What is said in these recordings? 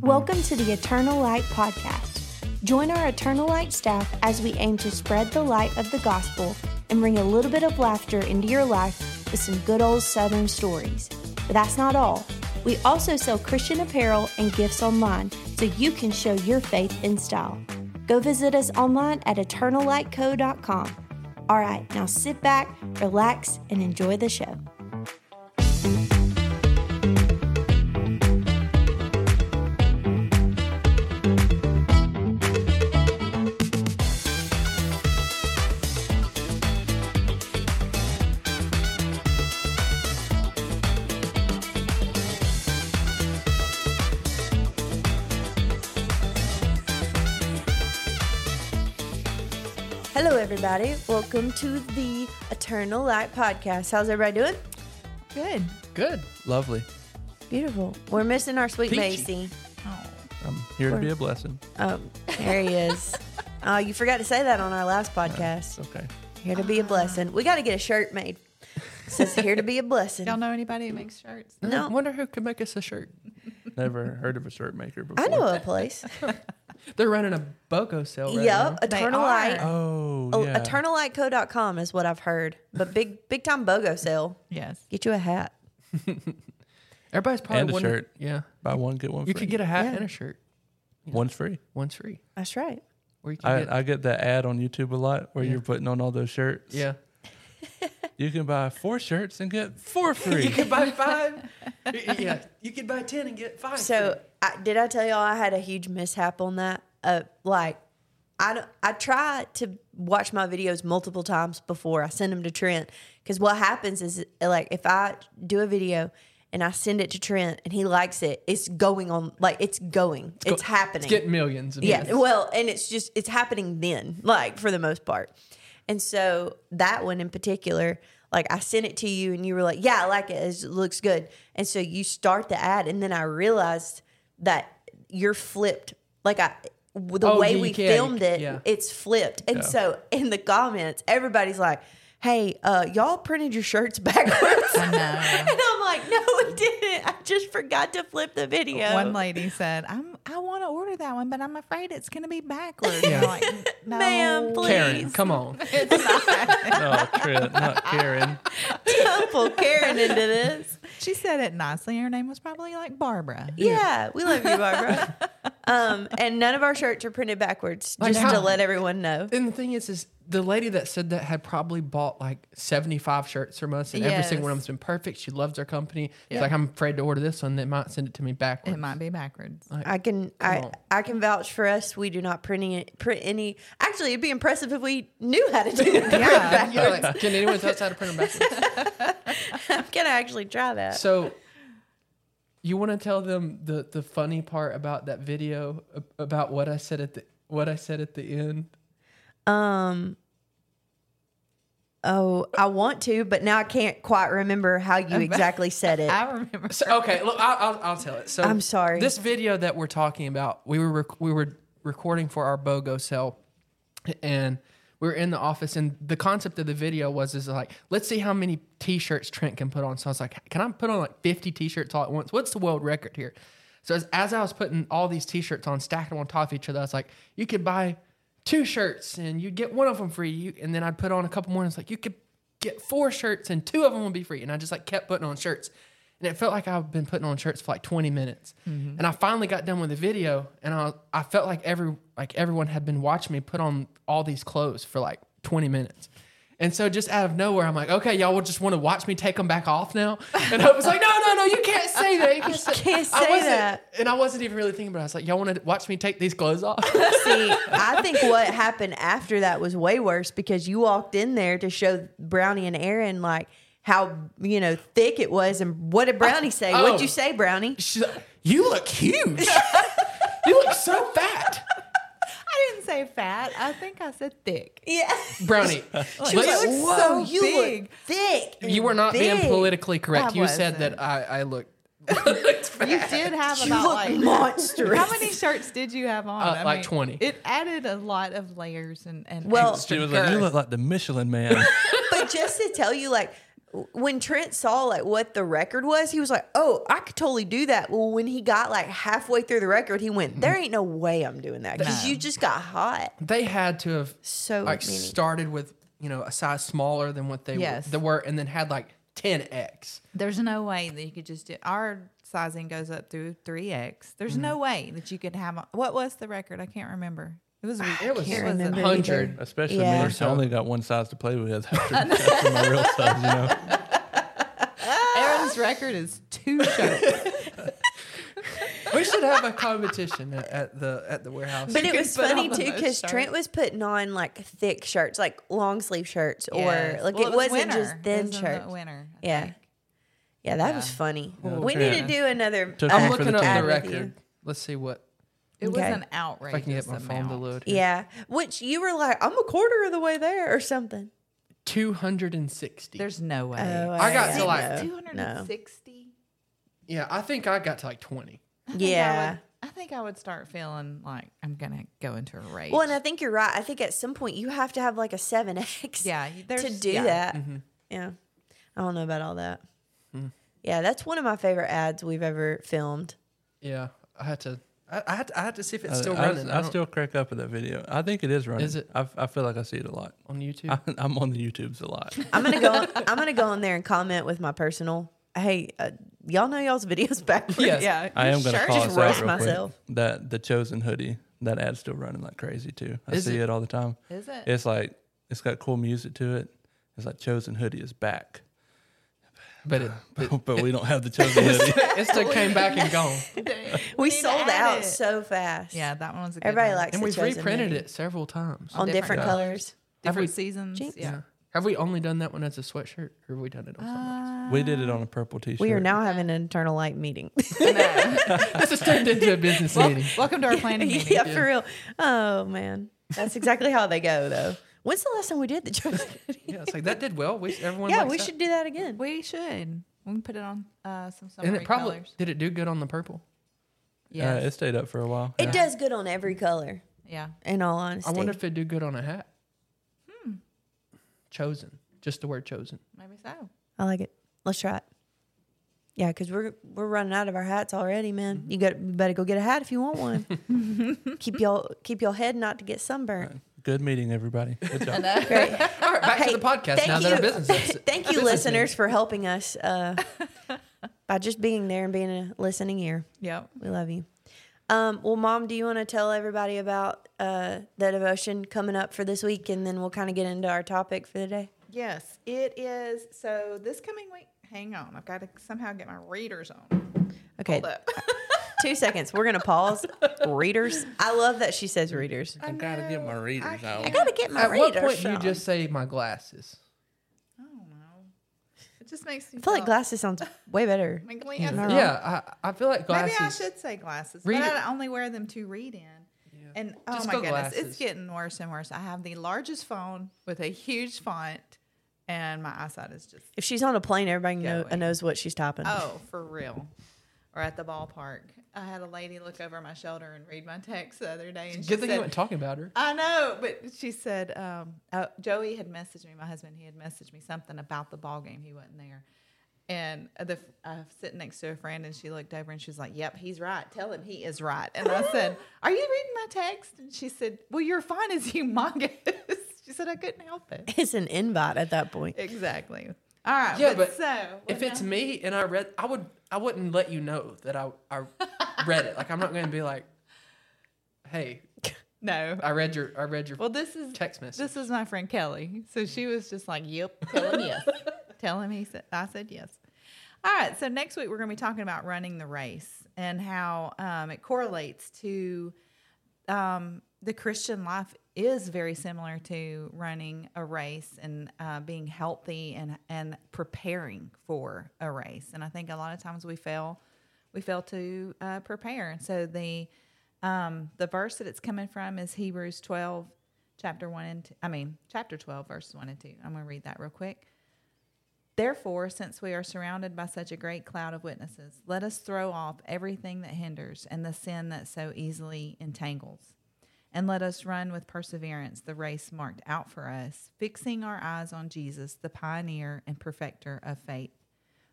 Welcome to the Eternal Light Podcast. Join our Eternal Light staff as we aim to spread the light of the gospel and bring a little bit of laughter into your life with some good old Southern stories. But that's not all. We also sell Christian apparel and gifts online so you can show your faith in style. Go visit us online at eternallightco.com. All right, now sit back, relax, and enjoy the show. Hello, everybody. Welcome to the Eternal Light Podcast. How's everybody doing? Good. Good. Lovely. Beautiful. We're missing our sweet Peachy. Macy. Oh. I'm here to be a blessing. Oh, there he is. Oh, you forgot to say that on our last podcast. Ah. It's okay. Here to be a blessing. We got to get a shirt made. It says here to be a blessing. Y'all know anybody who makes shirts? No. I wonder who could make us a shirt. Never heard of a shirt maker before. I know a place. They're running a BOGO sale. Right yep, now. Eternal are. Light. Oh, Oh, yeah. EternalLightCo.com is what I've heard. But big, big time BOGO sale. Yes. Get you a hat. Everybody's probably and a wondering- shirt. Yeah. Buy one, get one You free. could get a hat Yeah. and a shirt. One's free. One's free. That's right. Or you can get I, I get that ad on YouTube a lot where you're putting on all those shirts. yeah. You can buy four shirts and get four free. buy five. yeah. You could buy ten and get five. So I, did I tell y'all I had a huge mishap on that? Uh, like I don't- I try to watch my videos multiple times before I send them to Trent because what happens is like if I do a video and I send it to Trent and he likes it, it's going on like it's going, it's, happening. get millions. Of Yeah. views. Well, and it's just it's happening then, like for the most part. And so that one in particular, like I sent it to you and you were like, "Yeah, I like it. It looks good." And so you start the ad and then I realized that you're flipped. Like I the Oh, way yeah, you we can. filmed it, Yeah. it's flipped. And Yeah. so in the comments, everybody's like, "Hey, uh, y'all printed your shirts backwards." and I'm like, "No, we didn't. I just forgot to flip the video." One lady said, "I'm I want to order that one, but I'm afraid it's going to be backwards." And I'm Yeah. like, no, Ma'am, please. Karen, come on. oh, Trent, not Karen. Pull Karen into this. She said it nicely. Her name was probably like Barbara. Yeah, we love you, Barbara. um, and none of our shirts are printed backwards, Like just how- to let everyone know. And the thing is, is the lady that said that had probably bought like seventy-five shirts from us, and every Yes. single one of them's been perfect. She loves our company. It's like I'm afraid to order this one. They might send it to me backwards. It might be backwards. I can I, on. I can vouch for us. We do not print any, print any. Actually, it'd be impressive if we knew how to do it. Yeah. Yeah, like, can anyone tell us how to print them backwards? I'm gonna actually try that. So, you want to tell them the the funny part about that video ab- about what I said at the what I said at the end? Um. Oh, I want to, but now I can't quite remember how you exactly said it. I remember. So, okay, look, I'll, I'll, I'll tell it. So I'm sorry. This video that we're talking about, we were rec- we were recording for our BOGO cell, and we were in the office, and the concept of the video was is like, let's see how many t-shirts Trent can put on. So I was like, can I put on like 50 t-shirts all at once? What's the world record here? So as, as I was putting all these t-shirts on, stacking them on top of each other, I was like, you could buy two shirts and you'd get one of them free. You, and then I'd put on a couple more, and it's like you could get four shirts and two of them would be free. And I just like kept putting on shirts. And it felt like I've been putting on shirts for like 20 minutes. Mm-hmm. And I finally got done with the video and I, I felt like every like everyone had been watching me put on all these clothes for like 20 minutes. And so just out of nowhere, I'm like, okay, y'all will just want to watch me take them back off now. And I was like, no, no, no, you can't say that. You can't say, can't I say wasn't- that. And I wasn't even really thinking about it. I was like, y'all want to watch me take these clothes off? See, I think what happened after that was way worse because you walked in there to show Brownie and Aaron like how you know thick it was, and what did Brownie say? What'd you Oh. say, Brownie? She's like, you look huge. you look so fat. I didn't say fat. I think I said thick. Yeah, Brownie, let's- She looks so you big. look thick. you were not being big. politically correct. I you said wasn't. that I, I look You did have You about look like monstrous. how many shirts did you have on? Uh, like 20. It added a lot of layers and and Well- extra She was like, You girth. look like the Michelin man. but just to tell you, like when Trent saw like what the record was, he was like, "Oh, I could totally do that." Well, when he got like halfway through the record, he went, "There ain't no way I'm doing that because you just got hot." They had to have So like many. started with you know a size smaller than what they Yes. were, they were, and then had like ten x. There's no way that you could just do our sizing goes up through three X. There's Mm-hmm. no way that you could have a- what was the record? I can't remember. It was Ah, It was can't a- remember either. hundred. Especially Yeah. me. I only got one size to play with after, after my real size, you know. Aaron's record is two shirts. We should have a competition at, at the at the warehouse. But it could was put funny on too those because Trent shirts. was putting on like thick shirts, like long sleeve shirts, Yes. or like Well, it, wasn't winter. just thin It was in the shirts. winter. I Yeah. think. Yeah, that was funny. we Trent- need to do another. Took Oh, I'm him for the looking up the team. ad with you. record. Let's see what It Okay. was an if I can get outrageous my phone to amount. load. Yeah, which you were like, I'm a quarter of the way there or something. Two hundred and sixty. There's Oh, no way. I got to, like- no, Oh, two hundred and sixty. Yeah, I think I got to like twenty. Yeah. I think I would start feeling like I'm gonna go into a rage. Well, and I think you're right. I think at some point you have to have like a seven X. Yeah, there's- to do yeah. that. Mm-hmm. Yeah, I don't know about all that. Hmm. Yeah, that's one of my favorite ads we've ever filmed. Yeah, I had to. I, I had to, I had to see if it's I- still Uh, I, running. I, I don't- still crack up at that video. I think it is running. Is it? I, I feel like I see it a lot. on YouTube. I, I'm on the YouTubes a lot. I'm gonna go. I'm gonna go in there and comment with my personal. Hey, uh, y'all know y'all's videos backwards. Yes. yeah, I am going to Sure. call Just us out roast real quick. myself. That the chosen hoodie that ad's still running like crazy too. I Is see it? it? all the time. Is it? It's like it's got cool music to it. It's like chosen hoodie is back, but it, it, but we don't have the chosen hoodie. it still came back and gone. we need to sold add out it. so fast. yeah, that one was a good everybody one. likes. And the we've chosen reprinted hoodie. it several times. on different, different colors. different we- seasons. Jinx. Yeah. Have we only done that one as a sweatshirt, or have we done it on something? we did it on a purple T-shirt. We are now having an internal light meeting. Uh, This has turned into a business meeting. Welcome to our planning meeting. yeah, for real. Oh man, that's exactly how they go though. When's the last time we did the chosen hoodie? Yeah, it's like that did well. We, everyone Yeah, likes we that. should do that again. We should. We can put it on uh, some summer And it probably uh, colors. did it do good on the purple. Yeah, Yes. Uh, it stayed up for a while. It does good on every color. yeah. In all honesty, I wonder if it do good on a hat. Hmm. Chosen, just the word chosen. Maybe so. I like it. Let's try it. Yeah, because we're we're running out of our hats already, man. Mm-hmm. You got you better go get a hat if you want one. keep y'all keep your head not to get sunburnt. Good meeting, everybody. Good job. Great. All right, back to the podcast now that our business. is- thank you, listeners, for helping us uh, by just being there and being a listening ear. Yep. We love you. Um, well, Mom, do you want to tell everybody about uh, the devotion coming up for this week, and then we'll kind of get into our topic for the day? Yes, it is. So this coming week, hang on. I've got to somehow get my readers on. Okay, Hold up. two seconds. We're gonna pause. readers, I love that she says readers. I gotta get my readers out. I gotta get my At what readers. point do you on. just say my glasses? I don't know. It just makes me I feel like feel- glasses sounds way better. My glasses. Not wrong. Yeah, I, I feel like Maybe glasses. I should say glasses, Read but it. I only wear them to read in. And oh Just my go goodness, glasses. it's getting worse and worse. I have the largest phone with a huge font, and my eyesight is just If she's on a plane, everybody know, Going. knows what she's typing. oh for real. Or at the ballpark, I had a lady look over my shoulder and read my text the other day, and she Good thing you said, weren't talking about her. I know, but she said um, uh, Joey had messaged me, my husband. He had messaged me something about the ball game. He wasn't there, and the I was sitting next to a friend, and she looked over and she was like, "Yep, he's right. Tell him he is right." And I said, "Are you reading my text?" And she said, "Well, your font is humongous." she said, "I couldn't help it." It's an invite at that point. Exactly. All right. Yeah, but but, so if what it's me and I read, I would, I wouldn't let you know that I, I read it. Like I'm not going to be like, hey, now- no, I read your, I read your. Well, this is Text message. This is my friend Kelly. So she was just like, "Yep, Mm. tell him yes. tell him he said I said yes." All right. So next week we're going to be talking about running the race and how um, it correlates to um, the Christian life is very similar to running a race and uh, being healthy and and preparing for a race. And I think a lot of times we fail we fail to uh, prepare. And so the um, the verse that it's coming from is Hebrews twelve, chapter one and t- I mean chapter twelve, verses one and two. I'm going to read that real quick. Therefore, since we are surrounded by such a great cloud of witnesses, let us throw off everything that hinders and the sin that so easily entangles. And let us run with perseverance the race marked out for us, fixing our eyes on Jesus, the pioneer and perfecter of faith.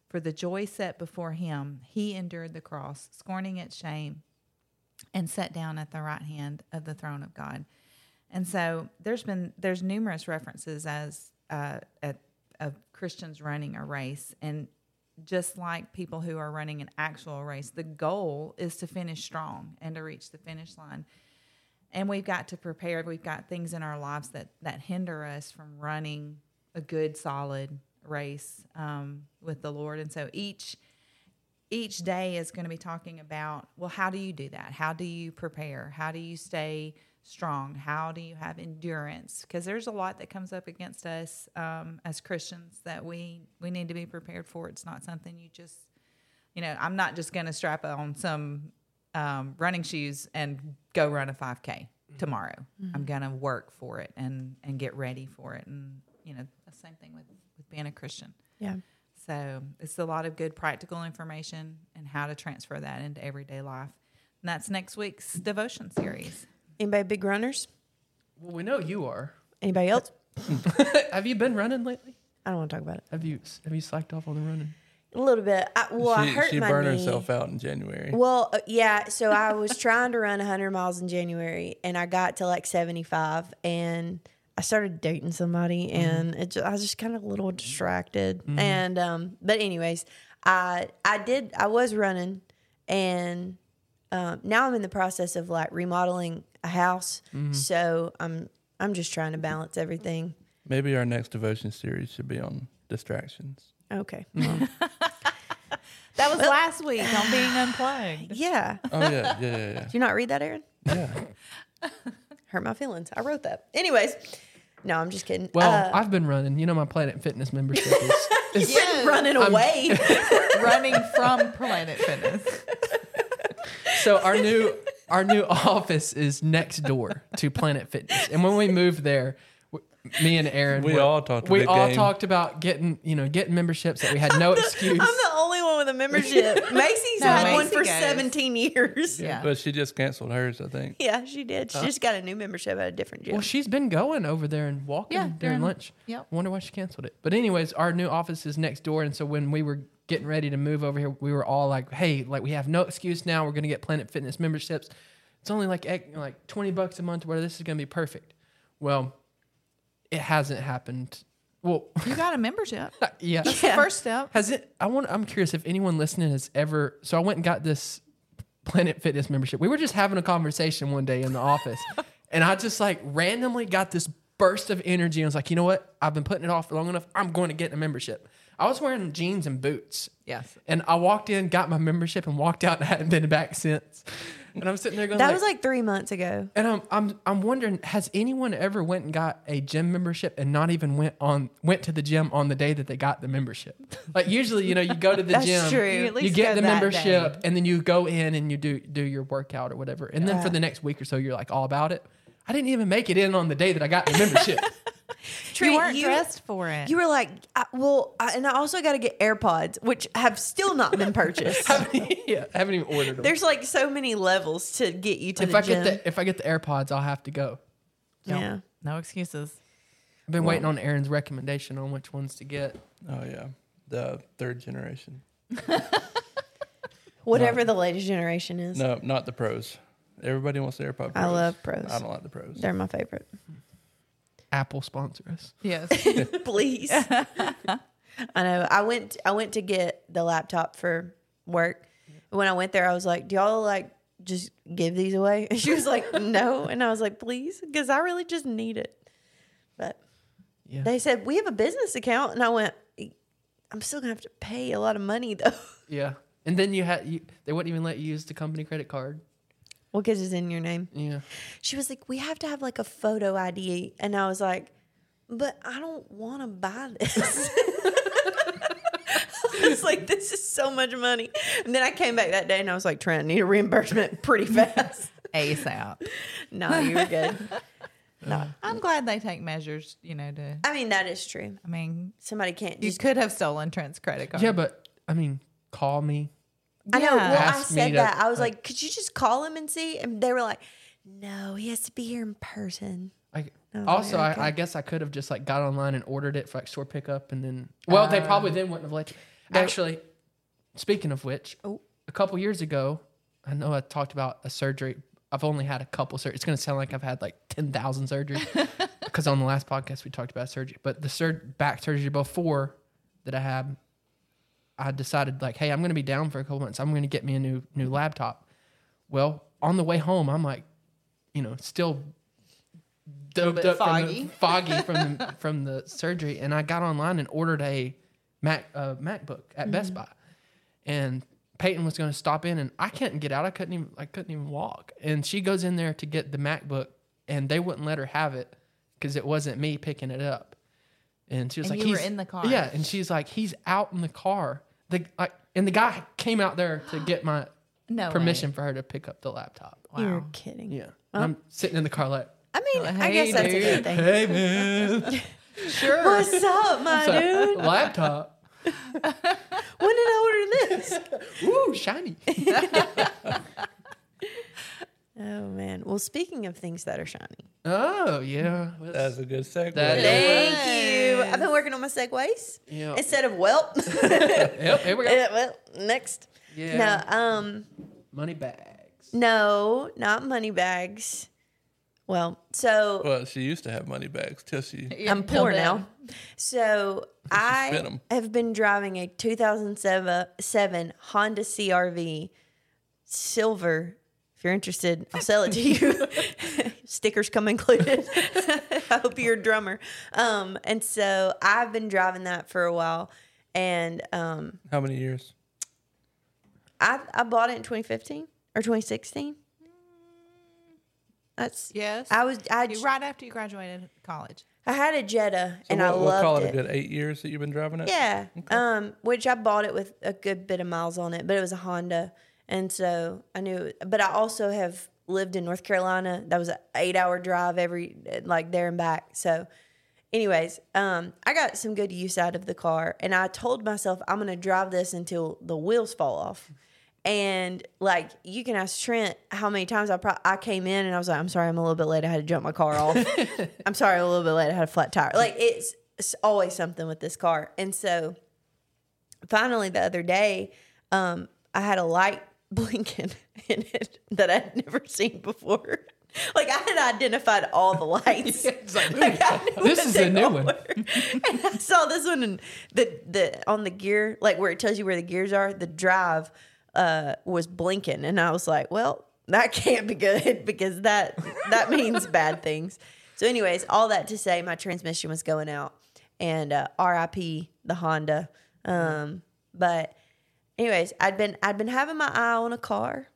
For the joy set before him, he endured the cross, scorning its shame, and sat down at the right hand of the throne of God. And so there's been there's numerous references as uh, at, of Christians running a race, and just like people who are running an actual race, the goal is to finish strong and to reach the finish line. And we've got to prepare. We've got things in our lives that that hinder us from running a good, solid race um, with the Lord. And so each each day is going to be talking about well how do you do that how do you prepare how do you stay strong how do you have endurance because there's a lot that comes up against us um, as christians that we we need to be prepared for it's not something you just you know i'm not just going to strap on some um, running shoes and go run a 5k tomorrow i'm going to work for it and and get ready for it and you know the same thing with with being a christian Yeah. so it's a lot of good practical information and how to transfer that into everyday life. And that's next week's devotion series. Anybody big runners? Well, we know you are. Anybody else? have you been running lately? I don't want to talk about it. Have you have you slacked off on the running? A little bit. I, well, I she hurt she my burned knee. herself out in January. Well, uh, yeah. So I was trying to run 100 miles in January, and I got to like 75, and I started dating somebody, and it ju- I was just kind of a little distracted. And um, but anyways, I I did I was running, and um, now I'm in the process of like remodeling a house, so I'm I'm just trying to balance everything. Maybe our next devotion series should be on distractions. Okay. That was last week on being unplugged. yeah. Oh yeah, yeah, yeah, yeah. Do you not read that, Aaron? yeah. Hurt my feelings. I wrote that. Anyways, no, I'm just kidding. Well, Uh, I've been running. You know my Planet Fitness membership is. is been running away. Running from Planet Fitness. so our new our new office is next door to Planet Fitness, and when we moved there, w- me and Aaron We were- all talked a We big all game. talked about getting you know getting memberships that we had no excuse. I'm the only one with a membership. Macy's No, had Macy one for goes. 17 years. Yeah. Uh. Yeah. But she just canceled hers, I think. she did. She just got a new membership at a different gym. Well, she's been going over there and walking Yeah, during, during- lunch. yep. Wonder why she canceled it. But anyways, our new office is next door, and so when we were getting ready to move over here, we were all like, "Hey, like we have no excuse now. We're gonna get Planet Fitness memberships. It's only like ec- like twenty bucks a month. Where this is gonna be perfect." Well, it hasn't happened. Well, You got a membership. yeah. Yeah. First step. Has it? I want. I'm curious if anyone listening has ever. So I went and got this Planet Fitness membership. We were just having a conversation one day in the office, and I just like randomly got this burst of energy. and was like, you know what? I've been putting it off long enough. I'm going to get a membership. I was wearing jeans and boots. Yes. And I walked in, got my membership, and walked out, and I hadn't been back since. And I'm sitting there going, that like, was like three months ago. and I'm I'm I'm wondering, has anyone ever went and got a gym membership and not even went on went to the gym on the day that they got the membership? Like usually, you know, you go to the That's gym, true. You You at least you get go the that membership, day. and then you go in and you do do your workout or whatever. And then for the next week or so, you're like all about it. I didn't even make it in on the day that I got the membership. Trent, you weren't dressed for it. You were like, I, well, I, and I also got to get AirPods, which have still not been purchased. yeah, I haven't even ordered them. There's like so many levels to get you to if the I gym. get the if I get the AirPods, I'll have to go. yeah. no excuses. I've been waiting on Aaron's recommendation on which ones to get. Oh yeah. The third generation. Whatever the latest generation is. No, not the pros. Everybody wants the AirPod Pros. I love pros. I don't like the pros. They're my favorite. Apple sponsor us. Yes. please. I know. I went. I went to get the laptop for work. When I went there, I was like, "Do y'all like just give these away?" And she was like, "No," and I was like, "Please," because I really just need it. But Yeah. they said we have a business account, and I went, "I'm still gonna have to pay a lot of money though." Yeah. And then you had you, they wouldn't even let you use the company credit card. Well, because it's in your name. Yeah. She was like, "We have to have like a photo ID," and I was like, "But I don't want to buy this." I was like, "This is so much money." And then I came back that day and I was like, "Trent, I need a reimbursement pretty fast." ASAP. no, you were good. No, I'm glad they take measures, you know, to, I mean that is true. I mean, Somebody can't you just. could have stolen Trent's credit card. Yeah, but I mean, call me. I know. Well, I Ask me said to- that. I was like, "Could you just call him and see?" And they were like, no, he has to be here in person. I, Oh, also, yeah, I, okay. I guess I could have just like got online and ordered it for like store pickup, and then well, they probably then wouldn't have let you. Actually, speaking of which, Oh. a couple years ago, I know I talked about a surgery. I've only had a couple surgeries. It's going to sound like I've had like ten thousand surgeries because on the last podcast we talked about surgery, but the sur- back surgery before that I had, I decided like, hey, I'm going to be down for a couple months. I'm going to get me a new new laptop. Well, on the way home, I'm like, you know, still doped bit up from the- foggy. foggy from the, from the surgery, and I got online and ordered a Mac uh, MacBook at Best Mm-hmm. Buy, and Peyton was going to stop in, and I couldn't get out. I couldn't even I couldn't even walk, and she goes in there to get the MacBook, and they wouldn't let her have it because it wasn't me picking it up, and she was And like, you were "He's-" in the car. yeah," and she's like, "He's out in the car." The like, and the guy came out there to get my No way. permission for her to pick up the laptop. You're kidding. Yeah. And I'm sitting in the car like, I mean, I Hey, guess that's a good dude. thing. Hey, man. Sure. What's up, my dude? laptop. When did I order this? Ooh, shiny. Oh man. Well, speaking of things that are shiny, Oh, yeah. That's- That's a good segue. That is- thank you. Oh. I've been working on my segues Yeah. instead of well. Yep, here we go. well, next. Yeah. No, um, Money bags. no, not money bags. Well, so Well, she used to have money bags till she. Yeah, I'm until poor then. now. So spent I 'em. have been driving a 2007 seven Honda CRV silver. If you're interested, I'll sell it to you. Stickers come included. I hope you're a drummer. Um, and so I've been driving that for a while, and um, How many years? I I bought it in 2015 or 2016. That's Yes. I was I You- right after you graduated college. I had a Jetta So and we'll, I loved we'll call it, it. a good eight years that you've been driving it. Yeah. Um, which I bought it with a good bit of miles on it, but it was a Honda. And so I knew, but I also have lived in North Carolina. That was an eight hour drive every, like there and back. So, anyways, um, I got some good use out of the car. And I told myself, I'm going to drive this until the wheels fall off. And like you can ask Trent how many times I pro- I came in and I was like, I'm sorry, I'm a little bit late. I had to jump my car off. I'm sorry, I'm a little bit late. I had a flat tire. Like it's, it's always something with this car. And so finally the other day, um, I had a light blinking in it that I'd never seen before. Like I had identified all the lights. It's like, I knew This what is they a new all one. were. and I saw this one and the the on the gear, like where it tells you where the gears are, the drive uh was blinking and I was like, Well, that can't be good because that that means bad things. So anyways, all that to say my transmission was going out and uh, RIP the Honda. Um but anyways, I'd been I'd been having my eye on a car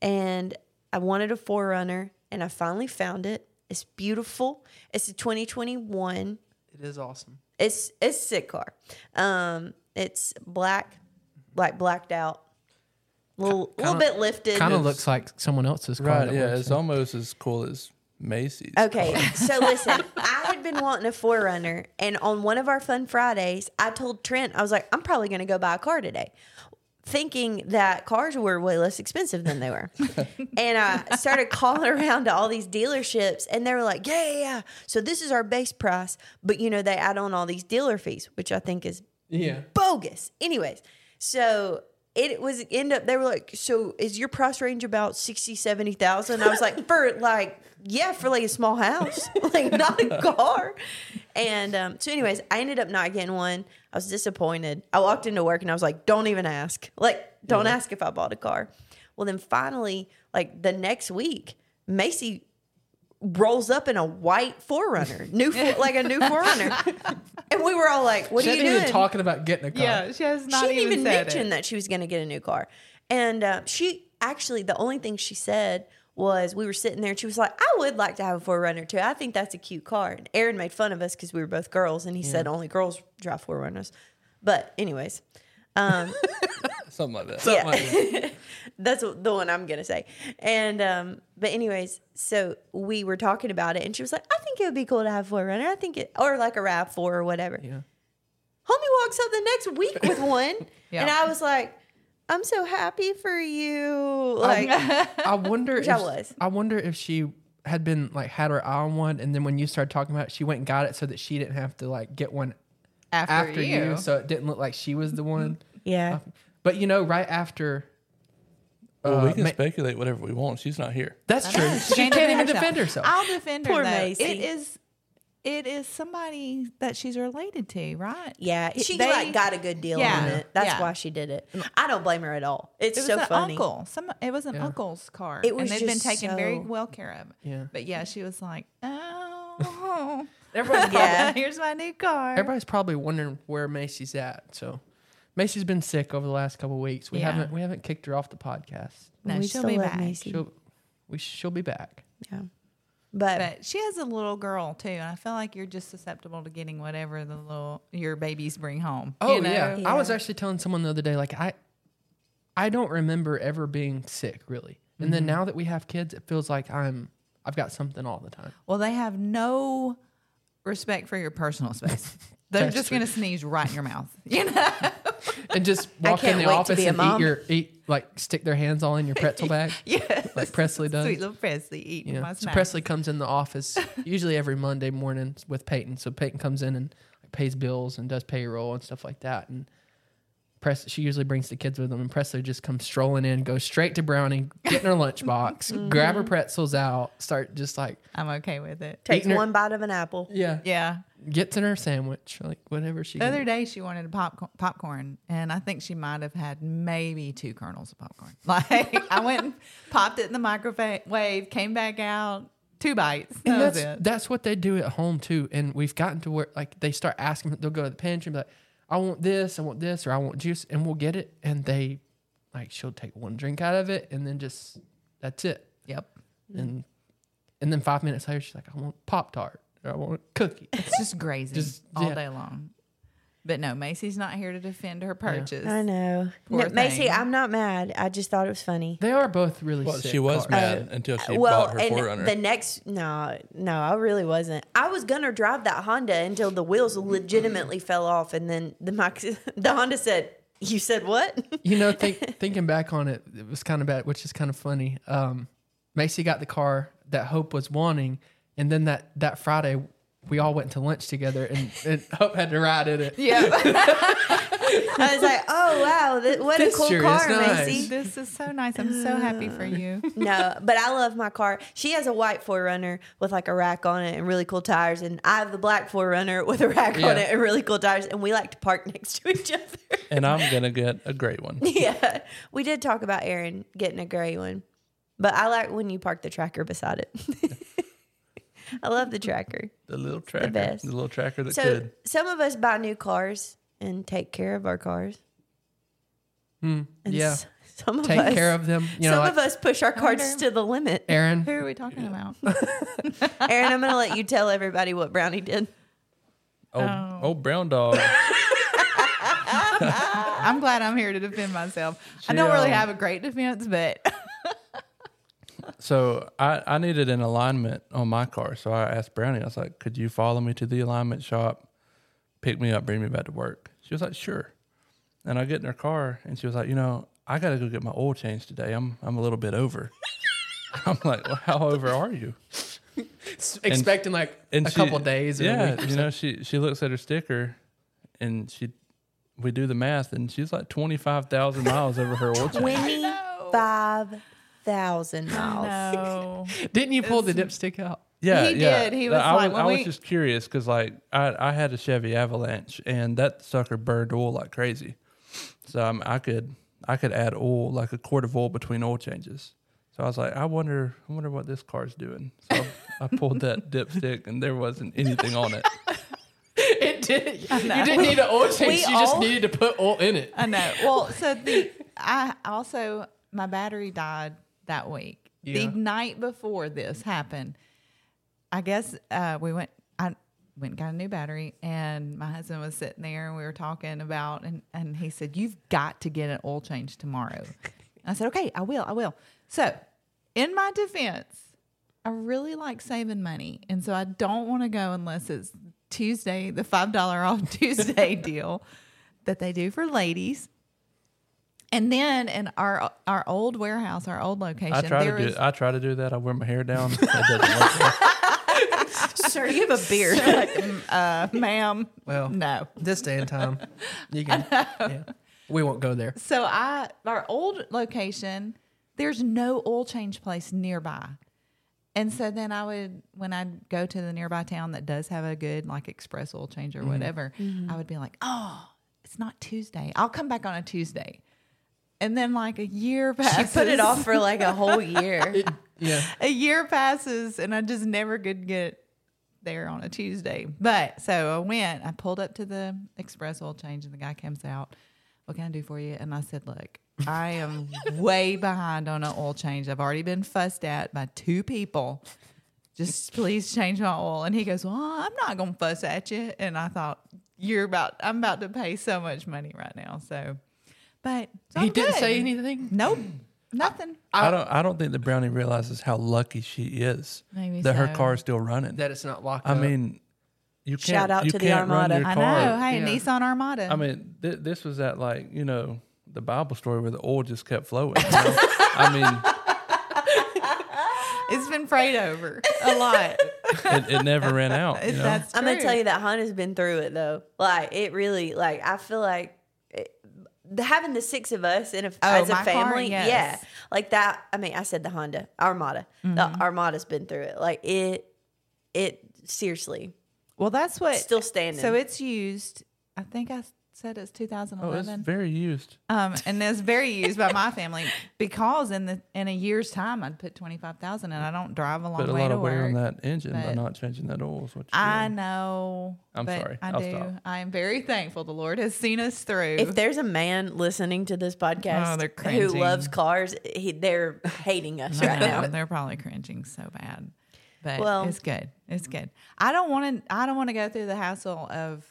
and I wanted a forerunner and I finally found it. It's beautiful. It's a 2021 it is awesome. it's it's a sick car. Um, it's black, like blacked out, little little bit lifted. Kind of looks like someone else's car. Right. that Yeah. works It's in. almost as cool as Macy's. Okay, so listen, I had been wanting a Forerunner, and on one of our Fun Fridays, I told Trent I was like, I'm probably going to go buy a car today, thinking that cars were way less expensive than they were. and I started calling around to all these dealerships, and they were like, Yeah, yeah, yeah. So this is our base price, but you know they add on all these dealer fees, which I think is yeah. bogus. Anyways, so it was end up they were like, so is your price range about 60, 70,000? I was like, for like, yeah, for like a small house, like not a car. And um, so, anyways, I ended up not getting one. I was disappointed. I walked into work and I was like, don't even ask. Like, don't ask if I bought a car. Well, then finally, like the next week, Macy rolls up in a white Forerunner, new for- like a new Forerunner, and we were all like, "What She are you hadn't doing?" even talking about getting a car. Yeah, she has not she didn't even, even, said mention it. that she was going to get a new car. And uh, she actually, the only thing she said was, we were sitting there and she was like, I would like to have a Forerunner too. I think that's a cute car. And Aaron made fun of us because we were both girls and he said only girls drive Forerunners. But, anyways, Something like that. yeah. that's the one I'm gonna say. And um, but anyways, so we were talking about it, and she was like, "I think it would be cool to have a Forerunner. I think it, or like a Rav Four or whatever." Yeah. Homie walks up the next week with one, Yeah. and I was like, I'm so happy for Um, you. Like, I wonder Which if I was. I wonder if she had been like had her eye on one, and then when you started talking about it, she went and got it so that she didn't have to like get one after, after, you. you. so it didn't look like she was the one. Uh, yeah. But you know, right after. Well, we uh, can ma- speculate whatever we want. She's not here. that's true. She can't, even defend herself. I'll defend her. Poor though. Macy. It is, it is somebody that she's related to, right? Yeah, It- she they- like got a good deal Yeah, on it. That's yeah. why she did it. I don't blame her at all. It's Mm. It was so an funny. uncle. Some it was an Yeah. uncle's car. It was and they've been just taken very so- well care of. Yeah. But yeah, she was like, oh, Everybody's, Yeah. here's my new car. everybody's probably wondering where Macy's at. So Macy's been sick over the last couple of weeks. We Yeah. haven't we haven't kicked her off the podcast. no, We she'll still be love back. Macy. She'll we she'll be back. Yeah, but, But she has a little girl too, and I feel like you're just susceptible to getting whatever the little your babies bring home. Oh you know? yeah. Yeah. I was actually telling someone the other day, like I I don't remember ever being sick really. And Mm-hmm. then now that we have kids, it feels like I'm I've got something all the time. Well, they have no respect for your personal space. They're That's just true. gonna sneeze right in your mouth. You know? And just walk in can't the wait to office be a and eat mom. your eat like stick their hands all in your pretzel bag. yes. Like Presley does. Sweet little Presley eating my Yeah. So snack. Presley comes in the office usually every Monday morning with Peyton. So Peyton comes in and pays bills and does payroll and stuff like that. And Pres she usually brings the kids with them, and Presley just comes strolling in, goes straight to Brownie, get in her lunchbox, grab her pretzels out, start just like I'm okay with it. takes eating her- one bite of an apple. yeah, Yeah. gets in her sandwich, like whatever she. The can- other day she wanted a popcorn, popcorn, and I think she might have had maybe two kernels of popcorn. Like I went and popped it in the microwave, came back out, two bites. That And was that's, it. that's what they do at home too. And we've gotten to where like they start asking, they'll go to the pantry and be like, I want this, I want this, or I want juice, and we'll get it. And they like she'll take one drink out of it and then just that's it. Yep. And and then five minutes later she's like, I want Pop Tart or I want a cookie. It's just grazing Just- all yeah. day long. But no, Macy's not here to defend her purchase. I know, Poor No, Macy. thing. I'm not mad. I just thought it was funny. They are both really Well, sick she was cars. mad until she Oh. well, bought her and Forerunner. the next no, no, I really wasn't. I was gonna drive that Honda until the wheels legitimately fell off, and then the mic, the Honda said, "You said what?" you know, think, thinking back on it, it was kind of bad, which is kind of funny. Um, Macy got the car that Hope was wanting, and then that that Friday we all went to lunch together, and, and Hope had to ride in it. yeah. I was like, "Oh wow, th- what This a cool sure is car, nice. Macy." this is so nice. I'm so happy for you. no, but I love my car. She has a white Forerunner with like a rack on it and really cool tires, and I have the black Forerunner with a rack Yeah. on it and really cool tires, and we like to park next to each other. and I'm gonna get a great one. yeah, we did talk about Aaron getting a gray one, but I like when you park the tracker beside it. I love the tracker. The little tracker, the, best. little tracker that So could. some of us buy new cars and take care of our cars. And yeah. s- some of Take us care of them. You know, some like of us push our cars wonder- to the limit. Who Aaron. are we talking about? Aaron, I'm going to let you tell everybody what Brownie did. Old, Oh. old brown dog. I'm glad I'm here to defend myself. I She, don't really um, have a great defense, but So I, I needed an alignment on my car. So I asked Brownie, I was like, could you follow me to the alignment shop, pick me up, bring me back to work? She was like, sure. And I get in her car and she was like, you know, I got to go get my oil changed today. I'm, I'm a little bit over. I'm like, well, how over are you? expecting like And a she- couple days. Or yeah. a week or you know, she, she looks at her sticker and she, we do the math and she's like 25,000 miles over her oil change. 25,000 miles. no. so. Didn't you pull the dipstick out? Yeah, He yeah. did. He But was I like, was, when I was we- just curious because like I, I had a Chevy Avalanche and that sucker burned oil like crazy, so um, I could I could add oil like a quart of oil between oil changes. So I was like, I wonder I wonder what this car's doing. So I, I pulled that dipstick and there wasn't anything on it. It did. You didn't need an oil change. You just all- needed to put oil in it. I know. Well, so the I also my battery died that week. Yeah. The night before this happened, I guess uh, we went. I went and got a new battery, and my husband was sitting there, and we were talking about, and and he said, "You've got to get an oil change tomorrow." I said, "Okay, I will. I will." So, in my defense, I really like saving money, and so I don't want to go unless it's Tuesday, the five dollar off Tuesday deal that they do for ladies. And then in our our old warehouse, our old location, I try there to was do. I try to do that. I wear my hair down. It doesn't work. Sir, you have a beard. uh, ma'am. Well, no. this day and time, you can. Yeah, we won't go there. So I our old location, there's no oil change place nearby. And so then I would when I'd go to the nearby town that does have a good like express oil change or Mm-hmm. whatever, I would be like, Oh, it's not Tuesday. I'll come back on a Tuesday. And then like a year She passes. put it off for like a whole year. Yeah, a year passes and I just never could get there on a Tuesday. But so I went, I pulled up to the express oil change and the guy comes out, What can I do for you? And I said, Look, I am way behind on an oil change. I've already been fussed at by two people. Just please change my oil. And he goes, Well, I'm not gonna fuss at you. And I thought, You're about I'm about to pay so much money right now. So but so he I'm didn't Oh, good. say anything. Nope. Nothing. I don't. I don't think the brownie realizes how lucky she is Maybe that her so. car is still running. That it's not locked. I up. mean, you can't. Shout out you to the can't run Armada. your I car. know. Hey, Yeah. Nissan Armada. I mean, th- this was at like you know the Bible story where the oil just kept flowing. you know? I It's been prayed over a lot. mean, it, it never ran out. You If know? That's true. I'm gonna tell you that Hannah's been through it though. Like it really, like I feel like it, the- having the six of us in a, as a my car, family, yeah, yes. like that. I mean, I said the Honda Armada. The Armada's been through it. Like it, it seriously Well, that's what. still standing. so it's used. I think I said it's oh, it's 2011. very used. um, and it's very used by my family because in the in a year's time I'd put 25,000 and I don't drive a long Put a way lot to of wear work. on that engine by but- not changing that oil. Is what you're I doing. know. I'm but sorry. I I'll do. stop. I am very thankful the Lord has seen us through. if there's a man listening to this Oh, podcast they're who cringing. loves cars, he, they're hating us right I now. know, They're probably cringing so bad. But Well- it's good. It's good. I don't want to I don't want to go through the hassle of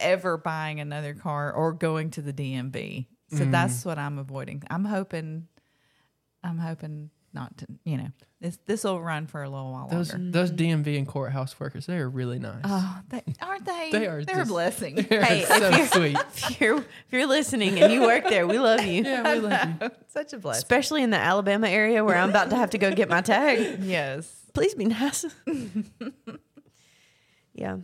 ever buying another car or going to the DMV. So Mm-hmm. that's what I'm avoiding. I'm hoping I'm hoping not to, you know. This this will run for a little while those longer. those DMV and courthouse workers, they are really nice. Oh, they, aren't they? They are They're just- a blessing. They're Hey, if so you're- sweet. If you're, if you're listening and you work there, we love you. Yeah, we love you. Such a blessing. Especially in the Alabama area where I'm about to have to go get my tag. yes. please be nice. yeah.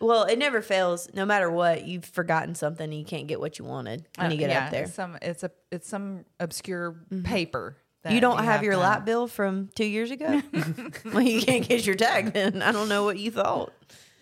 Well, it never fails. No matter what, you've forgotten something and you can't get what you wanted when you Uh, get yeah, up there. Mm-hmm. It's some it's a it's some obscure paper. that You don't have, your to- light bill from two years ago? well, you can't get your tag then. I don't know what you thought.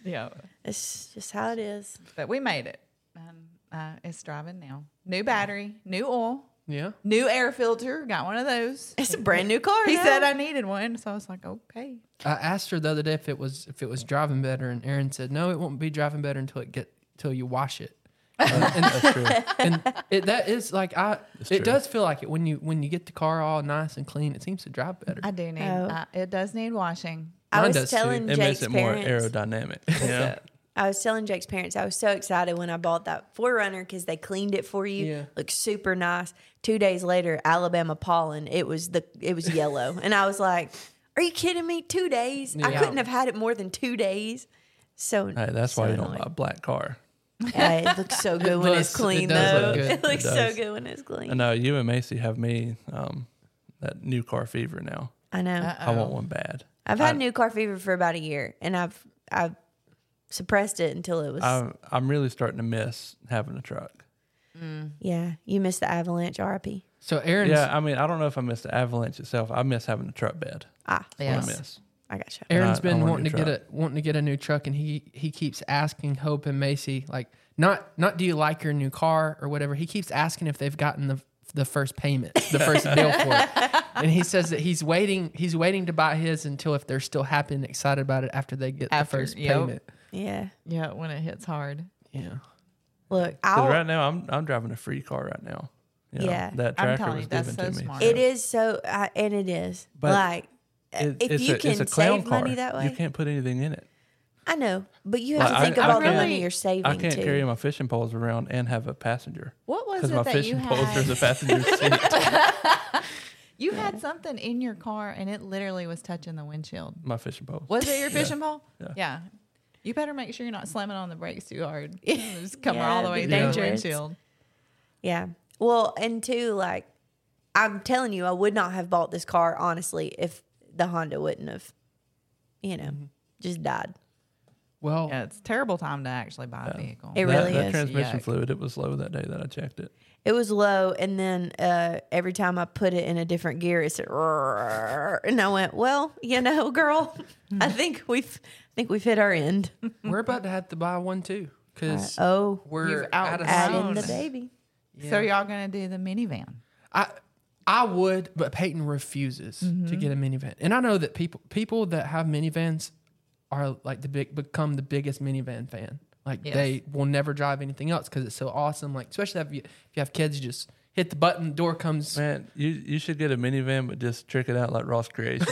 Yeah. It's just how it is. but we made it. Um, uh, it's driving now. New battery, new oil, Yeah. new air filter. Got one of those. It's a brand new car. He now. said I needed one, so I was like, okay. I asked her the other day if it was if it was driving better, and Aaron said, "No, it won't be driving better until it get till you wash it." That's true. And it, that is like I, it true. does feel like it when you when you get the car all nice and clean. It seems to drive better. I do need. Oh. I, it does need washing. I Mine was does too. telling It makes Jake's it more parents. aerodynamic. Yeah. I was telling Jake's parents I was so excited when I bought that Forerunner because they cleaned it for you. Yeah. Looked super nice. Two days later, Alabama pollen. It was the it was yellow, and I was like, "Are you kidding me? Two days? I Yeah. couldn't have had it more than two days." So Hey, that's so why you don't annoying. buy a black car. Yeah, it looks so good when looks- it's it clean, does though. look good. It looks It so does. good when it's clean. I know you and Macy have me um, that new car fever now. I know. I want one bad. I've had new car fever for about a year, and I've I've suppressed it until it was. I'm, I'm really starting to miss having a truck. yeah, you missed the avalanche, RIP. so Aaron's Yeah, I mean, I don't know if I miss the avalanche itself. I miss having a truck bed. Ah, Yes. Yes. I miss. I got you. Aaron's I- I been want a wanting to new get a wanting to get a new truck, and he he keeps asking Hope and Macy like not not do you like your new car or whatever. He keeps asking if they've gotten the the first payment, the first bill for it, and he says that he's waiting he's waiting to buy his until if they're still happy and excited about it after they get After, the first yep. payment. Yeah. Yeah, when it hits hard. Yeah, Look, 'Cause I'll, right now, I'm I'm driving a free car right now. You know, Yeah. that I'm tracker telling was you, that's given so to me. smart. It is so, I and it is. But like, It- if it's you a- can it's a clown save money car. that you way, can't put anything in it. I know, but you have Like, to think I- about I the can't- money you're saving I can't too. carry my fishing poles around and have a passenger What was because it my that you fishing poles are had? in the passenger seat. you had something in your car, and it literally was touching the windshield. My fishing poles. Was it your fishing pole? Yeah. You better make sure you're not slamming on the brakes too hard. It's coming all it'd the way be through the dangerous. windshield. yeah. Well, and two, like I'm telling you, I would not have bought this car honestly if the Honda wouldn't have, you know, Mm-hmm. just died. Well, Yeah, it's a terrible time to actually buy a vehicle. It That, really that is. transmission Yuck. fluid, it was low that day that I checked it. It was low, and then uh, every time I put it in a different gear, it said, "Rrrr," and I went, "Well, you know, girl, Hmm. I think we've, I think we've hit our end." we're about to have to buy one too because Oh, we're You've out of add in outgrown the sight. it. baby. So y'all gonna do the minivan? I I would, but Peyton refuses to get a minivan. And I know that people people that have minivans are like the big become the biggest minivan fan. Like Yes. they will never drive anything else because it's so awesome. Like especially if you if you have kids, you just hit the button, door comes. Man, you you should get a minivan, but just trick it out like Ross Creations.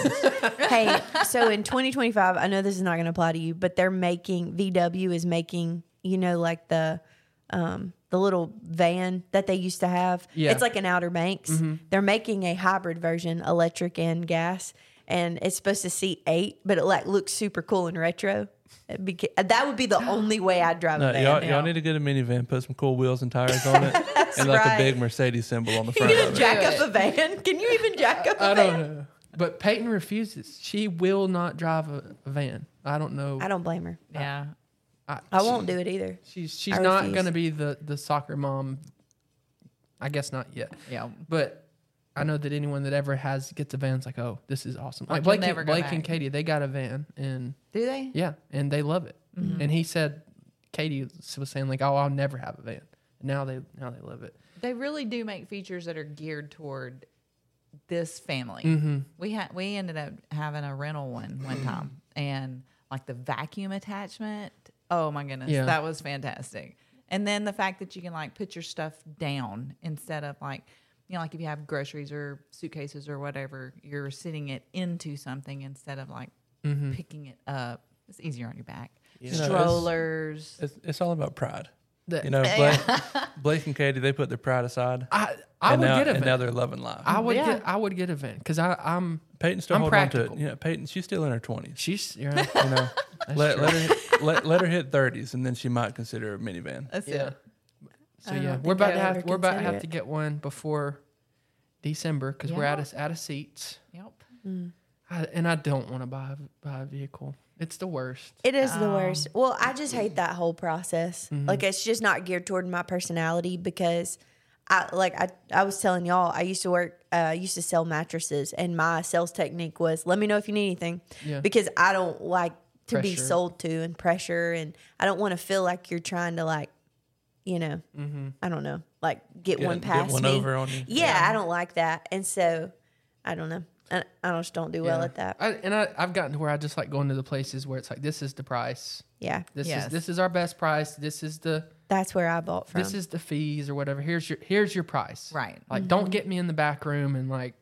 hey, so in 2025, I know this is not going to apply to you, but they're making VW is making you know like the um the little van that they used to have. Yeah. It's like an Outer Banks. They're making a hybrid version, electric and gas, and it's supposed to seat eight, but it like looks super cool and retro. It'd be- that would be the only way I'd drive No, a van. y'all, y'all need to get a minivan, put some cool wheels and tires on it, and like right. a big Mercedes symbol on the you front gonna of it. jack up a van? Can you even jack up a I van? don't know. But Peyton refuses. She will not drive a, a van. I don't know. I don't blame her. Yeah. I won't do it either. She's she's I not refuse. gonna be the the soccer mom. I guess not yet. Yeah. But I know that anyone that ever has gets a van's like, oh, this is awesome. Like You'll Blake, never and, go Blake and back. Katie, they got a van and Do they? yeah, and they love it. Mm-hmm. And he said, Katie was saying like, oh, I'll never have a van. Now they now they love it. They really do make features that are geared toward this family. We had we ended up having a rental one one time, and like the vacuum attachment. Oh my goodness, Yeah. that was fantastic. And then the fact that you can like put your stuff down instead of like you know like if you have groceries or suitcases or whatever, you're sitting it into something instead of like picking it up. It's easier on your back. know, it's- Strollers. It's, it's all about pride. The- You know, Blake, Blake and Katie, they put their pride aside. I I and would now, get a and now van. they're loving life. I would Yeah. get I would get a van because I I'm Peyton's still I'm holding on practical. to it. Yeah, Peyton, she's still in her twenties. she's you know, You know, let, let her hit- let, let her hit thirties, and then she might consider a minivan. That's yeah. it. So I yeah, don't we're think I about to would have ever we're about to consider have it. to get one before December because we're Yeah. out of out of seats, Yep. I, and I don't want to buy a- buy a vehicle. It's the worst. It is the worst. Well, I just hate that whole process. Like it's just not geared toward my personality because I like I, I was telling y'all I used to work uh, I used to sell mattresses and my sales technique was let me know if you need anything Yeah. because I don't like to be Pressure. sold to and pressure and I don't want to feel like you're trying to like you know I don't know like get, Get- one get past one me. over on you. Yeah, I don't like that and so I don't know I, I just don't do well Yeah. at that. I, and I, I've gotten to where I just like going to the places where it's like this is the price. yeah, This Yes. is this is our best price. This is the that's where I bought from. this is the fees or whatever. Here's your here's your price. Right. Like Mm-hmm. don't get me in the back room and like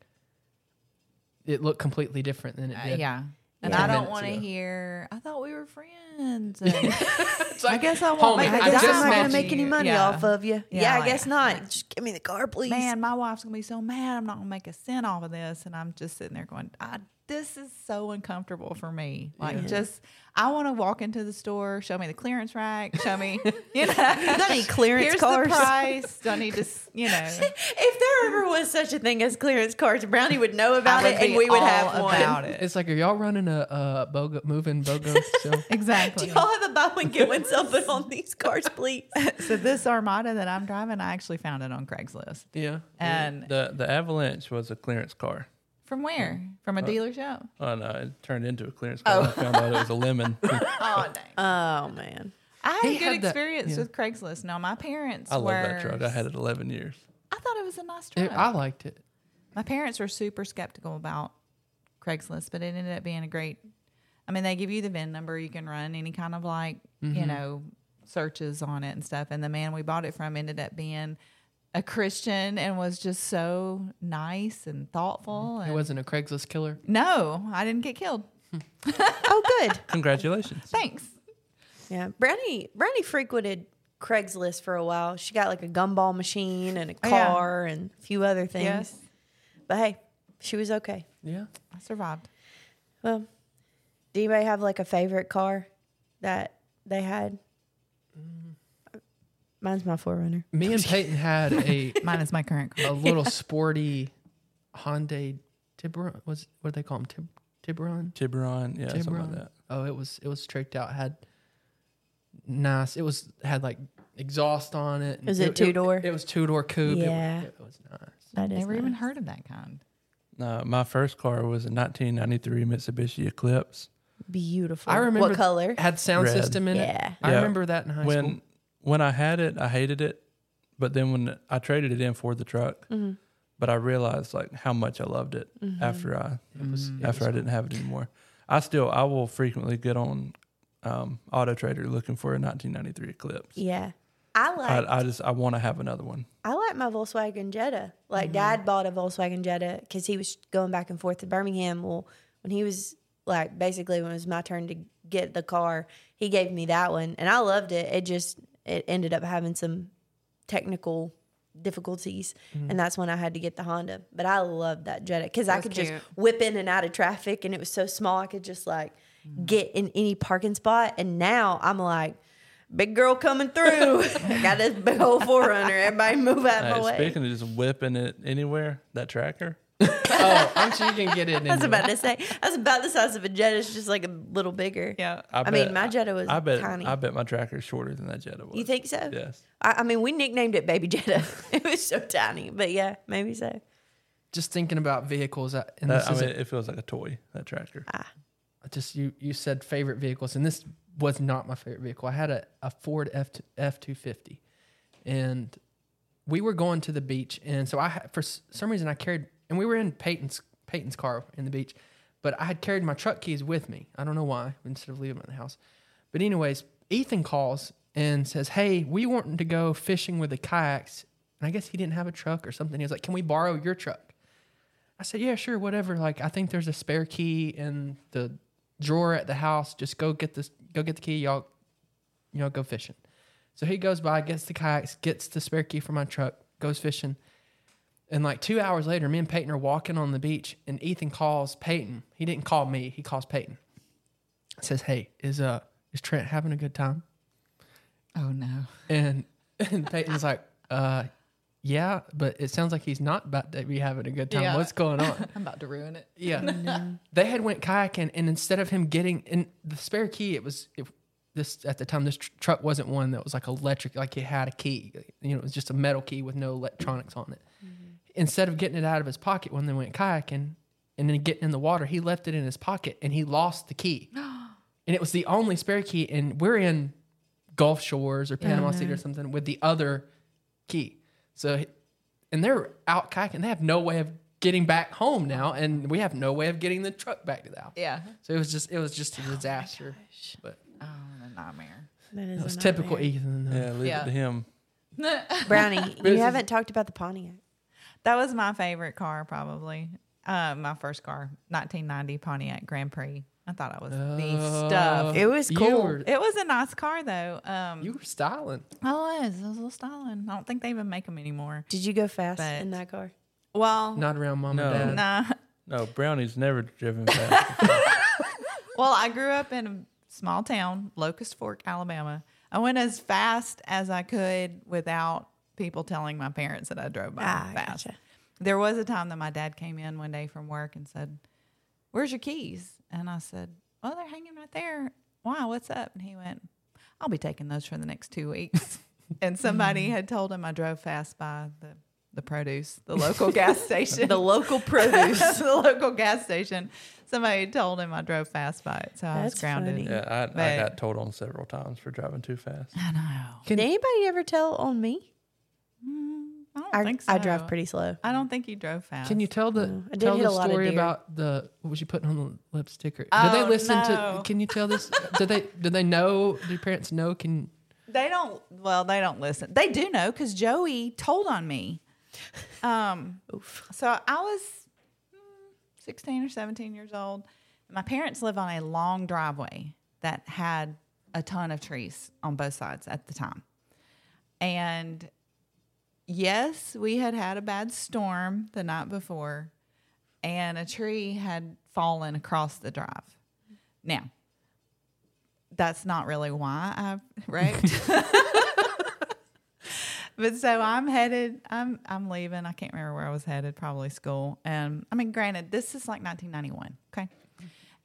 it looked completely different than it Uh, did. yeah. And Yeah. I Ten don't minutes want to ago. hear. I thought we were friends. And It's like, I guess I won't homie, make I I guess just I'm not gonna met make you. any money Yeah. off of you. Yeah, Yeah, I like- guess not. Just give me the car, please. man, my wife's gonna be so mad. I'm not gonna make a cent off of this. And I'm just sitting there going, I, this is so uncomfortable for me. Like, just I want to walk into the store, show me the clearance rack, show me, you know, Not any clearance here's cars. the price. I need to, s- you know, If there ever was such a thing as clearance cars, Brownie would know I about would it, and be we would all have about one. it. It's like are y'all running a uh BOGO moving BOGO sale? Do Exactly. y'all have a buy one get one sale put on these cars, please? So this Armada that I'm driving, I actually found it on Craigslist. Yeah. And The the Avalanche was a clearance car. from where? From a dealership? Oh no, it turned into a clearance car. I found out it was a lemon. Oh, dang. Oh man, I had He a good had that- experience yeah. with Craigslist. Now my parents I were. love that truck. I had it eleven years. I thought it was a nice truck. It- I liked it. my parents were super skeptical about Craigslist, but it ended up being a great. I mean, they give you the VIN number. You can run any kind of like you know searches on it and stuff. And the man we bought it from ended up being a Christian and was just so nice and thoughtful. It And wasn't a Craigslist killer. no, I didn't get killed. oh good. Congratulations. Thanks. Yeah, Brownie Brownie frequented Craigslist for a while. She got like a gumball machine and a Yeah. car and a few other things. Yes, But hey, she was okay. Yeah. I survived. Well, do anybody have like a favorite car that they had? Mine's my forerunner. Me and Peyton had a Mine is my current. a little sporty Hyundai Tiburon. Was what do they call them? Tib, Tiburon. Tiburon, yeah, something like Tiburon? that. Oh, it was it was tricked out. Had nice. It was had like exhaust on it. and Is it two-door? It, was two door coupe. It Yeah. was, it was nice. That is Never even nice. heard of that kind. No, Uh, my first car was a 1993 Mitsubishi Eclipse. beautiful. I remember what color? Had sound Red. system in Yeah. it. I Yeah. remember that in high when school. when I had it, I hated it, but then when I traded it in for the truck, Mm-hmm. but I realized like how much I loved it after I It was, Mm-hmm. it after I was- didn't have it anymore. I still I will frequently get on um, Auto Trader looking for a 1993 Eclipse. Yeah. I like I, I just I want to have another one. I like my Volkswagen Jetta. Mm-hmm. Like Dad bought a Volkswagen Jetta because he was going back and forth to Birmingham. Well, when he was like basically when it was my turn to get the car, he gave me that one, and I loved it. It just it ended up having some technical difficulties, and that's when I had to get the Honda. But I loved that Jetta because I Mm-hmm. was could cute. just whip in and out of traffic, and it was so small I could just like Mm-hmm. get in any parking spot. And now I'm like. Big girl coming through. I got this big old forerunner. Everybody move out of Hey, my way. speaking of just whipping it anywhere, that tracker. oh, I'm sure you can get it. I was anywhere. about to say. That's about the size of a Jetta. It's just like a little bigger. Yeah. I, mean, my Jetta was I bet tiny. I bet my tracker's shorter than that Jetta was. you think so? Yes. I, I mean, we nicknamed it Baby Jetta. it was so tiny, but yeah, maybe so. just thinking about vehicles, uh, I- and That, this Uh, I is mean, a- Uh, it feels like a toy. That tractor. just you. You said favorite vehicles, and this was not my favorite vehicle. I had a, a Ford F F two fifty, and we were going to the beach, and so I had, for s- some reason I carried, and we were in Peyton's Peyton's car in the beach, but I had carried my truck keys with me. I don't know why instead of leaving them at the house, but anyways, Ethan calls and says, "Hey, we wanting to go fishing with the kayaks." And I guess he didn't have a truck or something. He was like, "Can we borrow your truck?" I said, yeah, sure, whatever. Like, I think there's a spare key in the drawer at the house. Just go get this, go get the key. Y'all, you know, go fishing. So he goes by, gets the kayaks, gets the spare key from my truck, goes fishing. And like two hours later, me and Peyton are walking on the beach, and Ethan calls Peyton. He didn't call me. He calls Peyton. Says, hey, is uh, is Trent having a good time? Oh no. And and Peyton's like, uh, yeah, but it sounds like he's not about to be having a good time. Yeah. What's going on? I'm about to ruin it. Yeah. They had went kayaking, and instead of him getting in the spare key, it was it, this at the time. This tr- truck wasn't one that was like electric, like it had a key. You know, it was just a metal key with no electronics on it. Instead of getting it out of his pocket when they went kayaking, and then getting in the water, he left it in his pocket, and he lost the key. and it was the only spare key, and we're in Gulf Shores or Panama City or something with the other key. So, he- and they're out kayaking. They have no way of getting back home now, and we have no way of getting the truck back to the house. Yeah. So it was just it was just a disaster. but Oh, what a nightmare. That is it was typical E. Ethan. though. Yeah, leave Yeah. it to him. Brownie, you haven't talked about the Pontiac. That was my favorite car, probably. Uh, my first car, 1990 Pontiac Grand Prix. I thought I was the stuff. It was Uh, You cool. were- It was a nice car though. Um, you were styling. I was. I was a little styling. I don't think they even make them anymore. Did you go fast But- in that car? Well, Not around mom No. and dad. nah. No, Brownie's never driven fast. Well, I grew up in a small town, Locust Fork, Alabama. I went as fast as I could without people telling my parents that I drove by Ah, fast. gotcha. There was a time that my dad came in one day from work and said, Where's your keys? And I said, Oh, they're hanging right there. Why? What's up? And he went, I'll be taking those for the next two weeks. and Mm. somebody had told him I drove fast by the, the produce, the local gas station. The local produce. the local gas station. Somebody told him I drove fast by it, so I was That's grounded. funny. yeah, I, I But- got told on several times for driving too fast. I know. Did anybody ever tell on me? I don't I, think so. I drive pretty slow. I don't think you drove fast. Can you tell the No, I did tell hit a the lot of story deer. about the what was you putting on the lipstick? Or, did Oh, they listen no. to? Can you tell this? do they do they know? Do parents know? Can They don't. Well, they don't listen. They do know because Joey told on me. Um, So I was mm, sixteen or seventeen years old. My parents live on a long driveway that had a ton of trees on both sides at the time, and yes, we had had a bad storm the night before, and a tree had fallen across the drive. Now, that's not really why I wrecked. but so I'm headed. I'm I'm leaving. I can't remember where I was headed. Probably school. And I mean, granted, this is like 1991. Okay,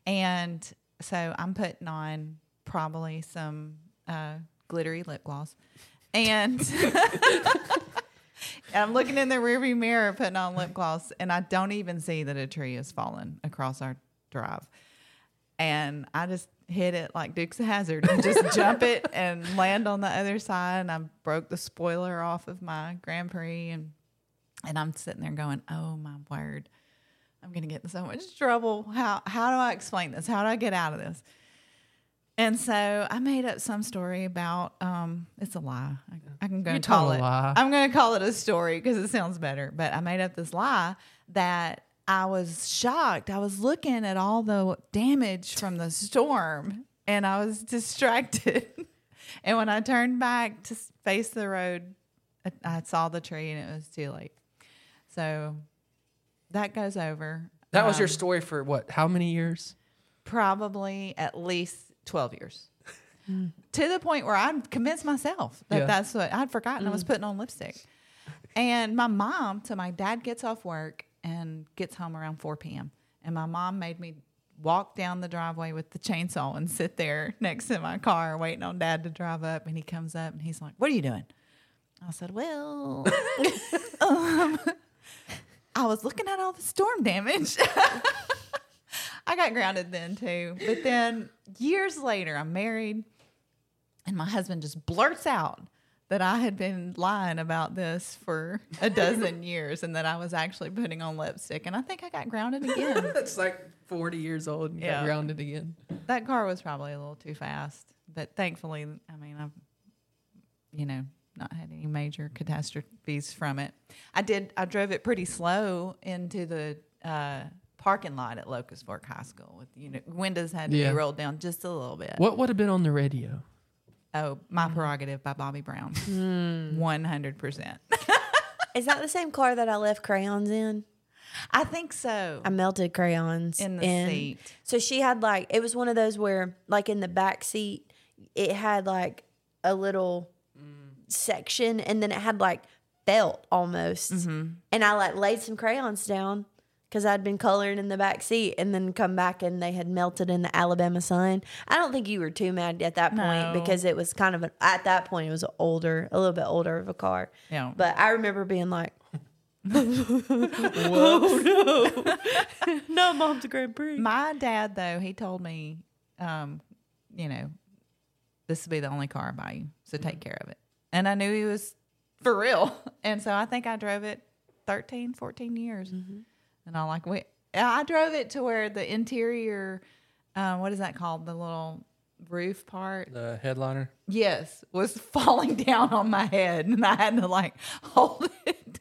and so I'm putting on probably some uh, glittery lip gloss, and. And I'm looking in the rearview mirror, putting on lip gloss, and I don't even see that a tree has fallen across our drive. And I just hit it like Duke's of Hazard and just jump it and land on the other side. And I broke the spoiler off of my Grand Prix, and and I'm sitting there going, "Oh my word, I'm gonna get in so much trouble. How how do I explain this? How do I get out of this?" And so I made up some story about um, it's a lie. I, I can go and told call a it. lie. I'm going to call it a story because it sounds better. But I made up this lie that I was shocked. I was looking at all the damage from the storm and I was distracted. and when I turned back to s- face the road, I, I saw the tree and it was too late. So that goes over. That was your Um, story for what? How many years? probably at least 12 years to the point where I convinced myself that Yeah. that's what I'd forgotten I was putting on lipstick. And my mom, so my dad gets off work and gets home around 4 p.m. And my mom made me walk down the driveway with the chainsaw and sit there next to my car waiting on dad to drive up. And he comes up and he's like, What are you doing? I said, Well, um, I was looking at all the storm damage. I got grounded then too. But then years later, I'm married, and my husband just blurts out that I had been lying about this for a dozen years and that I was actually putting on lipstick. And I think I got grounded again. That's like 40 years old and got Yeah. grounded again. that car was probably a little too fast, but thankfully, I mean, I've, you know, not had any major catastrophes from it. I did, I drove it pretty slow into the uh, parking lot at Locust Fork High School with, you know, windows had to Yeah. be rolled down just a little bit. What Mm. would have been on the radio? Oh, My Prerogative by Bobby Brown. Hmm. 100%. Is that the same car that I left crayons in? I think so. I melted crayons In the and- seat. So she had like it was one of those where like in the back seat it had like a little section and then it had like felt almost. Mm-hmm. And I like laid some crayons down because I'd been coloring in the back seat and then come back and they had melted in the Alabama sun. I don't think you were too mad at that point No. because it was kind of an, at that point it was an older, a little bit older of a car. Yeah. But I remember being like, oh no, no, mom's a Grand Prix. My dad, though, he told me, um, you know, this will be the only car I buy you, so take care of it. And I knew he was for real. And so I think I drove it 13, 14 years. And I like, wait, I drove it to where the interior, uh, what is that called? The little roof part? The headliner. Yes, was falling down on my head, and I had to like hold it.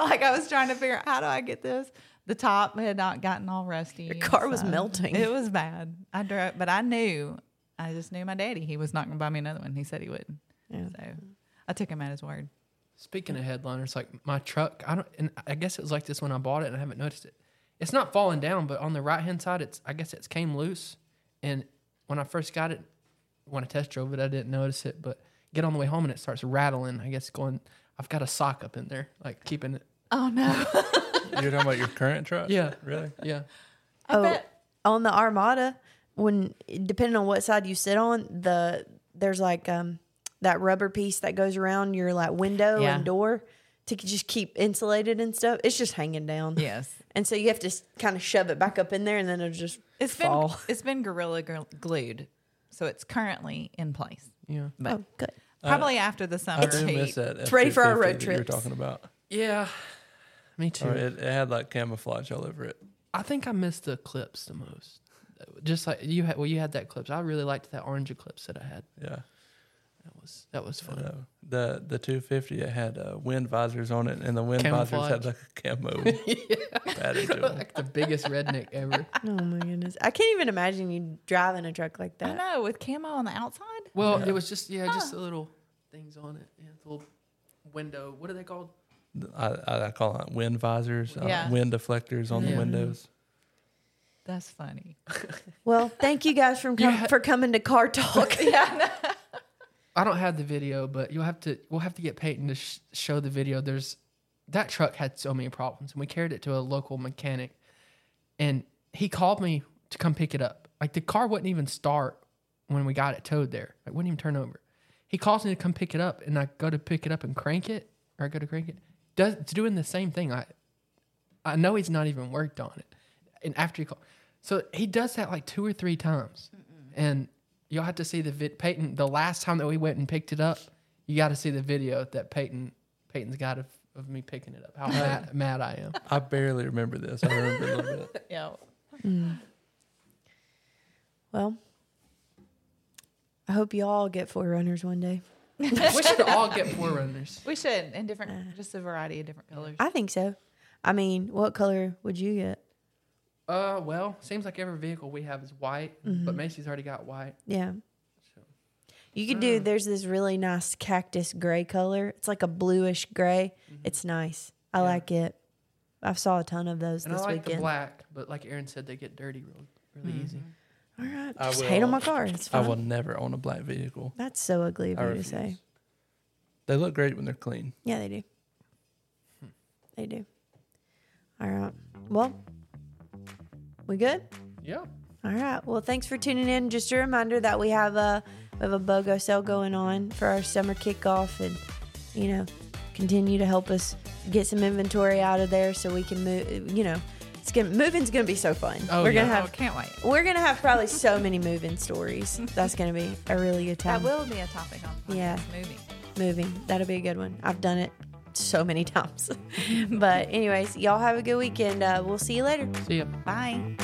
like I was trying to figure out how do I get this. The top had not gotten all rusty. Your car was melting. It was bad. I drove, but I knew. I just knew my daddy. He was not going to buy me another one. He said he wouldn't. So I took him at his word. Speaking of headliners, like my truck, I don't, and I guess it was like this when I bought it, and I haven't noticed it. It's not falling down, but on the right hand side, it's I guess it's came loose. And when I first got it, when I test drove it, I didn't notice it, but get on the way home and it starts rattling. I guess going, I've got a sock up in there, like keeping it. Oh no! You're talking about your current truck? Yeah. Really? Yeah, I bet on the Armada, when depending on what side you sit on, the there's like um that rubber piece that goes around your like window Yeah. and door to just keep insulated and stuff. It's just hanging down. yes. And so you have to kind of shove it back up in there, and then it'll just It's been fall. it's been gorilla gl- glued, so it's currently in place. yeah, But oh, good. probably after the summer Uh, I do heat. miss that. It's ready for our road You were trips. talking about. yeah. Me too. Or it, it had like camouflage all over it. I think I missed the clips the most. Just like you had, well, you had that clips. I really liked that orange eclipse that I had. Yeah. That was that was fun. So the the 250 it had uh, wind visors on it, and the wind visors had like a camo pattern to 'em. Like the biggest redneck ever. Oh my goodness, I can't even imagine you driving a truck like I that. know with camo on the outside. Well, it was just yeah, just the little things on it. Yeah, the little window. What are they called? I, I, I call it wind visors, uh, Yeah. wind deflectors on Yeah. the windows. That's funny. Well, thank you guys from com- for coming to Car Talk. yeah. I don't have the video, but you'll have to. We'll have to get Peyton to sh- show the video. There's that truck had so many problems, and we carried it to a local mechanic, and he called me to come pick it up. Like the car wouldn't even start when we got it towed there. It wouldn't even turn over. He calls me to come pick it up, and I go to pick it up and crank it, or I go to crank it. Does it's doing the same thing. I I know he's not even worked on it, and after he called, so he does that like two or three times, and you'll have to see the vid. Peyton, the last time that we went and picked it up, you got to see the video that Peyton Peyton's got of, of me picking it up. How mad, mad I am. I barely remember this. I remember a little bit. Yeah. Well, I hope you all get four runners one day. we should all get four runners. We should in different, just a variety of different colors. I think so. I mean, what color would you get? Uh, well, seems like every vehicle we have is white, Mm-hmm. but Macy's already got white. Yeah. You could Hmm. do, there's this really nice cactus gray color. It's like a bluish gray. Mm-hmm. It's nice. I like it. I saw a ton of those And this I like the weekend. Mm-hmm. black, but like Aaron said, they get dirty real, really easy. All right. I Just hate on will- my car. It's I fine. will never own a black vehicle. That's so ugly of I you to refuse. say. They look great when they're clean. Yeah, they do. Hmm. They do. All right. Well, we good? Yeah. All right. Well, thanks for tuning in. Just a reminder that we have a we have a BOGO sale going on for our summer kickoff, and you know, continue to help us get some inventory out of there so we can move. You know, it's gonna moving's gonna be so fun. Oh, we're yeah. gonna Oh, have can't wait. we're gonna have probably so many moving stories. That's gonna be a really good time. That will be a topic on podcast Yeah. movie. moving. That'll be a good one. I've done it so many times. but anyways, y'all have a good weekend. Uh, we'll see you later. See ya. Bye.